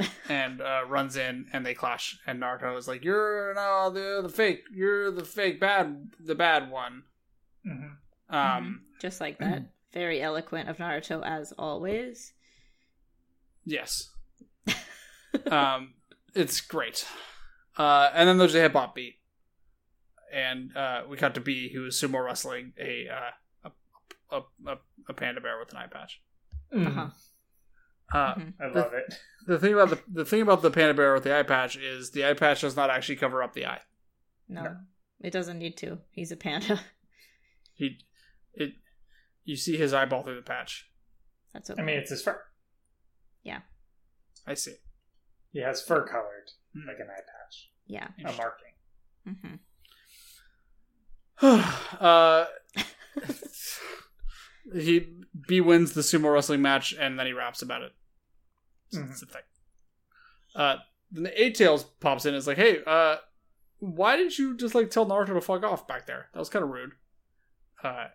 Hmm. and uh, runs in and they clash and Naruto is like you're no the the fake you're the fake bad the bad one Mm-hmm. um just like that very eloquent of naruto as always yes um it's great uh and then there's a hip hop beat and uh we cut to B who is sumo wrestling a uh a a, a, a panda bear with an eye patch Hmm. uh-huh uh Mhm. Mm-hmm. I love it. the thing about the the thing about the panda bear with the eye patch is the eye patch does not actually cover up the eye no, it doesn't need to he's a panda he it you see his eyeball through the patch that's okay I mean, it's his fur. Yeah. I see. He has fur colored, Hmm. like an eye patch, Yeah. hmm a marking. uh, he B wins the sumo wrestling match and then he raps about it. So Mhm. That's the thing. Uh, then the A Tails pops in and is like, "Hey, uh, why did you just like tell Naruto to fuck off back there? That was kind of rude." Uh,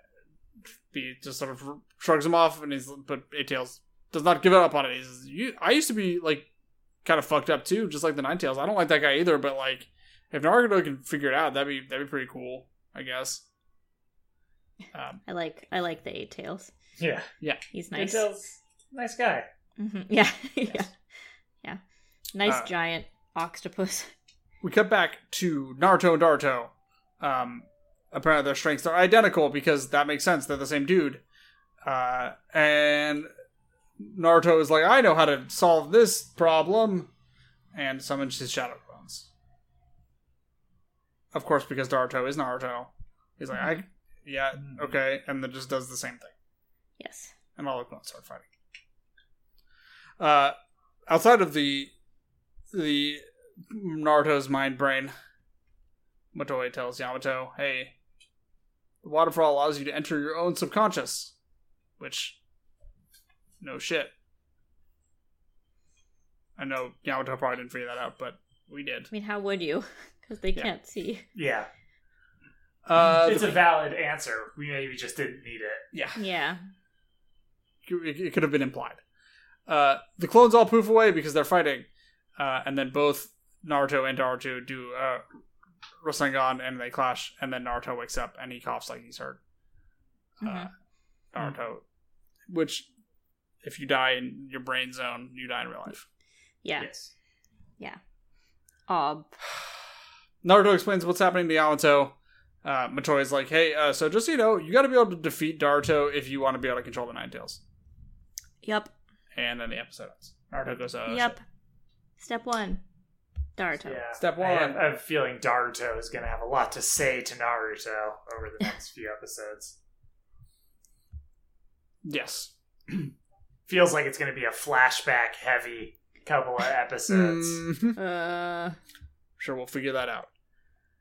B just sort of shrugs him off and he's but A Tails does not give up on it. He says, "You, I used to be like kind of fucked up too, just like the Nine Tails. I don't like that guy either, but like." If Naruto can figure it out, that'd be that'd be pretty cool, I guess. Um, I like I like the eight tails. Yeah. He's Nice. nice. nice guy. hmm Yeah. yeah. Yeah. Nice Uh, giant octopus. we cut back to Naruto and Daruto. Um, apparently, their strengths are identical because that makes sense. They're the same dude. Uh, and Naruto is like, I know how to solve this problem, and summons his Shadow Clones. Of course, because Naruto is Naruto. He's like, I, yeah, okay, and then just does the same thing. Yes. and all the clones start fighting. Uh, outside of the the Naruto's mind brain, Matoe tells Yamato, "Hey, the waterfall allows you to enter your own subconscious, which, no shit. I know Yamato probably didn't figure that out, but we did. I mean, how would you? Because they Yeah. can't see. Yeah. Uh, it's a valid answer. We maybe just didn't need it. yeah, Yeah. it it could have been implied. Uh, the clones all poof away because they're fighting, uh, and then both Naruto and Daruto do uh, Rasengan, and they clash. And then Naruto wakes up and he coughs like he's hurt. Uh, Mhm. Naruto, which if you die in your brain zone, you die in real life. Yeah. Yes. Ob. Naruto explains what's happening to Yamato. Uh, Matoi's like, hey, uh, so just so you know, you got to be able to defeat Naruto if you want to be able to control the Nine Tails. Yup. And then the episode ends. Naruto goes, uh, yup. Step one. Daruto. Yeah. Step I have, one. I have a feeling Naruto is going to have a lot to say to Naruto over the next few episodes. Yes. Feels like it's going to be a flashback heavy couple of episodes. Mhm. Uh. Sure, we'll figure that out.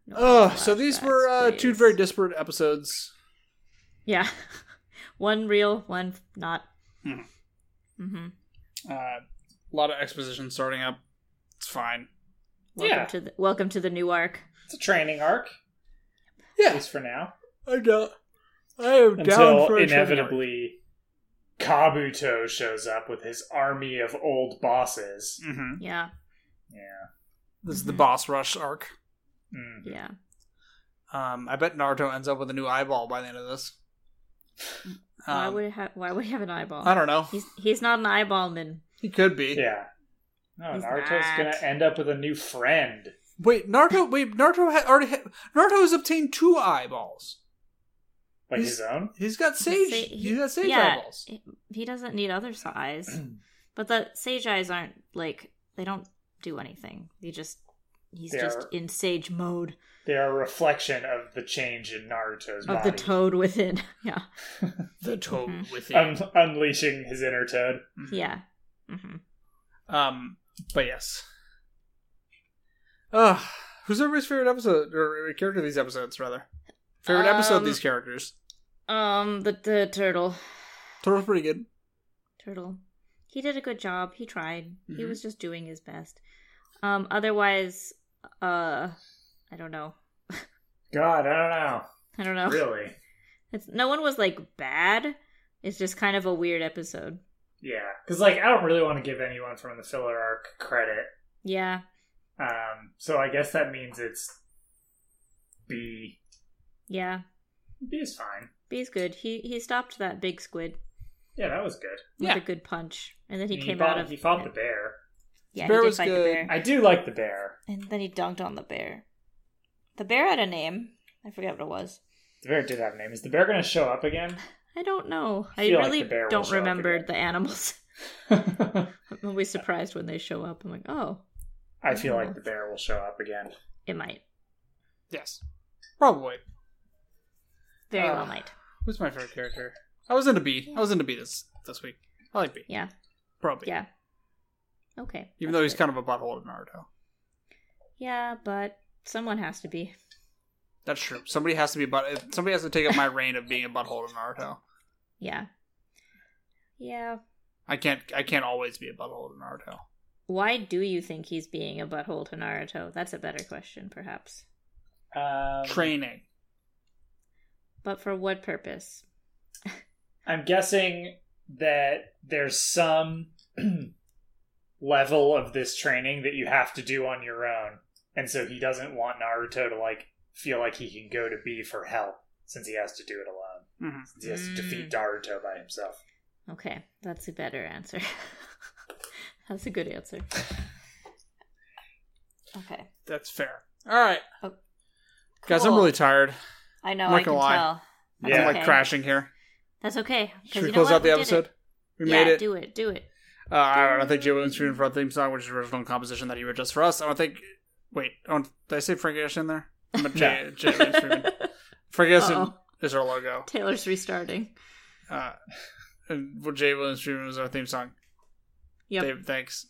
no Oh, so these flashbacks, were uh, two please. very disparate episodes. Yeah. one real, one not. Mhm. Mm-hmm. Uh, a lot of exposition starting up. It's fine. Welcome Yeah. to the welcome to the new arc. It's a training arc. Yeah. At least for now. I don't. I am down Until for a inevitably Kabuto shows up with his army of old bosses. Mm-hmm. Yeah. Yeah. This is the Mhm. boss rush arc. Mm. Yeah. Um, I bet Naruto ends up with a new eyeball by the end of this. why Um, would he ha- why would he have an eyeball? I don't know. He's he's not an eyeball man. He could be. Yeah. No, He's Naruto's not. going to end up with a new friend. Wait, Naruto. Wait, Naruto had already. Ha- Naruto has obtained two eyeballs. Like He's- his own? He's got sage. Sa- he's got sage yeah. eyeballs. He doesn't need other eyes. But the sage eyes aren't like they don't do anything. They just he's They're- just in sage mode They are a reflection of the change in Naruto's of body. the toad within. yeah. The toad Mhm. within. Un- unleashing his inner toad. Yeah. hmm Um, but yes. Uh, who's everybody's favorite episode or character of these episodes rather? Favorite episode of Um, these characters. Um the the turtle. Turtle's pretty good. Turtle. He did a good job. He tried. He Mm-hmm. Mhm. was just doing his best. Um otherwise uh I don't know. God, I I don't don't know. know. Really? It's no one was like bad. It's just kind of a weird episode. Yeah. Because, like, I don't really want to give anyone from the filler arc credit. Yeah. Um, so I guess that means it's B. Yeah. B is fine. B's good. He he stopped that big squid Yeah, that was good. with Yeah. a good punch. And then he And came fought, out of He fought the bear. Yeah, Bear he did was fight the good. bear. I do like the bear. And then he dunked on the bear. The bear had a name. I forget what it was. The bear did have a name. Is the bear going to show up again? I don't know. I I, feel like really the bear will don't show up remember again. the animals. I I'm always surprised when they show up. I'm like, oh, feel like the bear will show up again. it might. Yes. Probably. Very Uh, well might. Who's my favorite character? I was into B. I was into B this this week. I like B. Yeah. Probably. Yeah. Okay. even that's though he's good. kind of a butthole to Naruto. Yeah, but someone has to be. That's true. Somebody has to be but somebody has to take up my reign of being a butthole to Naruto. Yeah. Yeah. I can't I can't always be a butthole to Naruto. Why do you think he's being a butthole to Naruto? That's a better question, perhaps. Um, Training. But for what purpose? I'm guessing that there's some level of this training that you have to do on your own. And so he doesn't want Naruto to like feel like he can go to B for help since he has to do it alone. Mm-hmm. Since he has Mm. to defeat Naruto by himself. Okay, that's a better answer. that's a good answer. Okay. That's fair. All right, guys. I'm Cool. really tired. I know, I'm not I can gonna lie. tell. That's Yeah. I'm like okay. crashing here. That's okay. 'cause Should we you know close what? out the We did episode? it. We yeah, made it. do it, do it. Uh, I want to thank Jay Williams Freedom for our theme song, which is original composition that he wrote just for us. I want to thank. Wait, I want, did I say Frank Ashton there? I'm a Jay, Jay Williams Freeman. Frank Ashton Uh-oh. is our logo. Taylor's restarting. Uh, and Jay Williams Freeman was our theme song. Yep. Dave, thanks.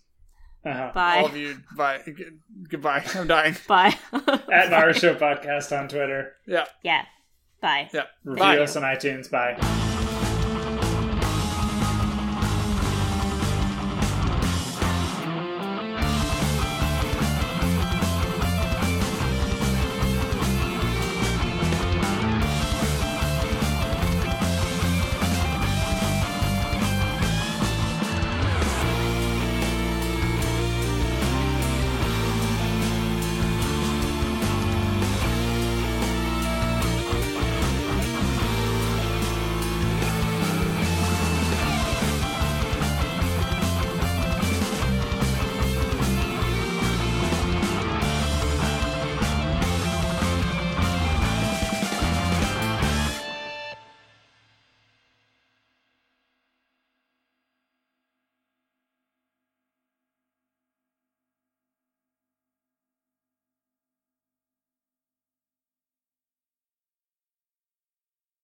Uh-huh. All of Bye. you, bye. G- goodbye. I'm dying. Bye. At Naruto Podcast on Twitter. Yeah. yeah. Bye. Yeah. Review Bye. us on iTunes. Bye.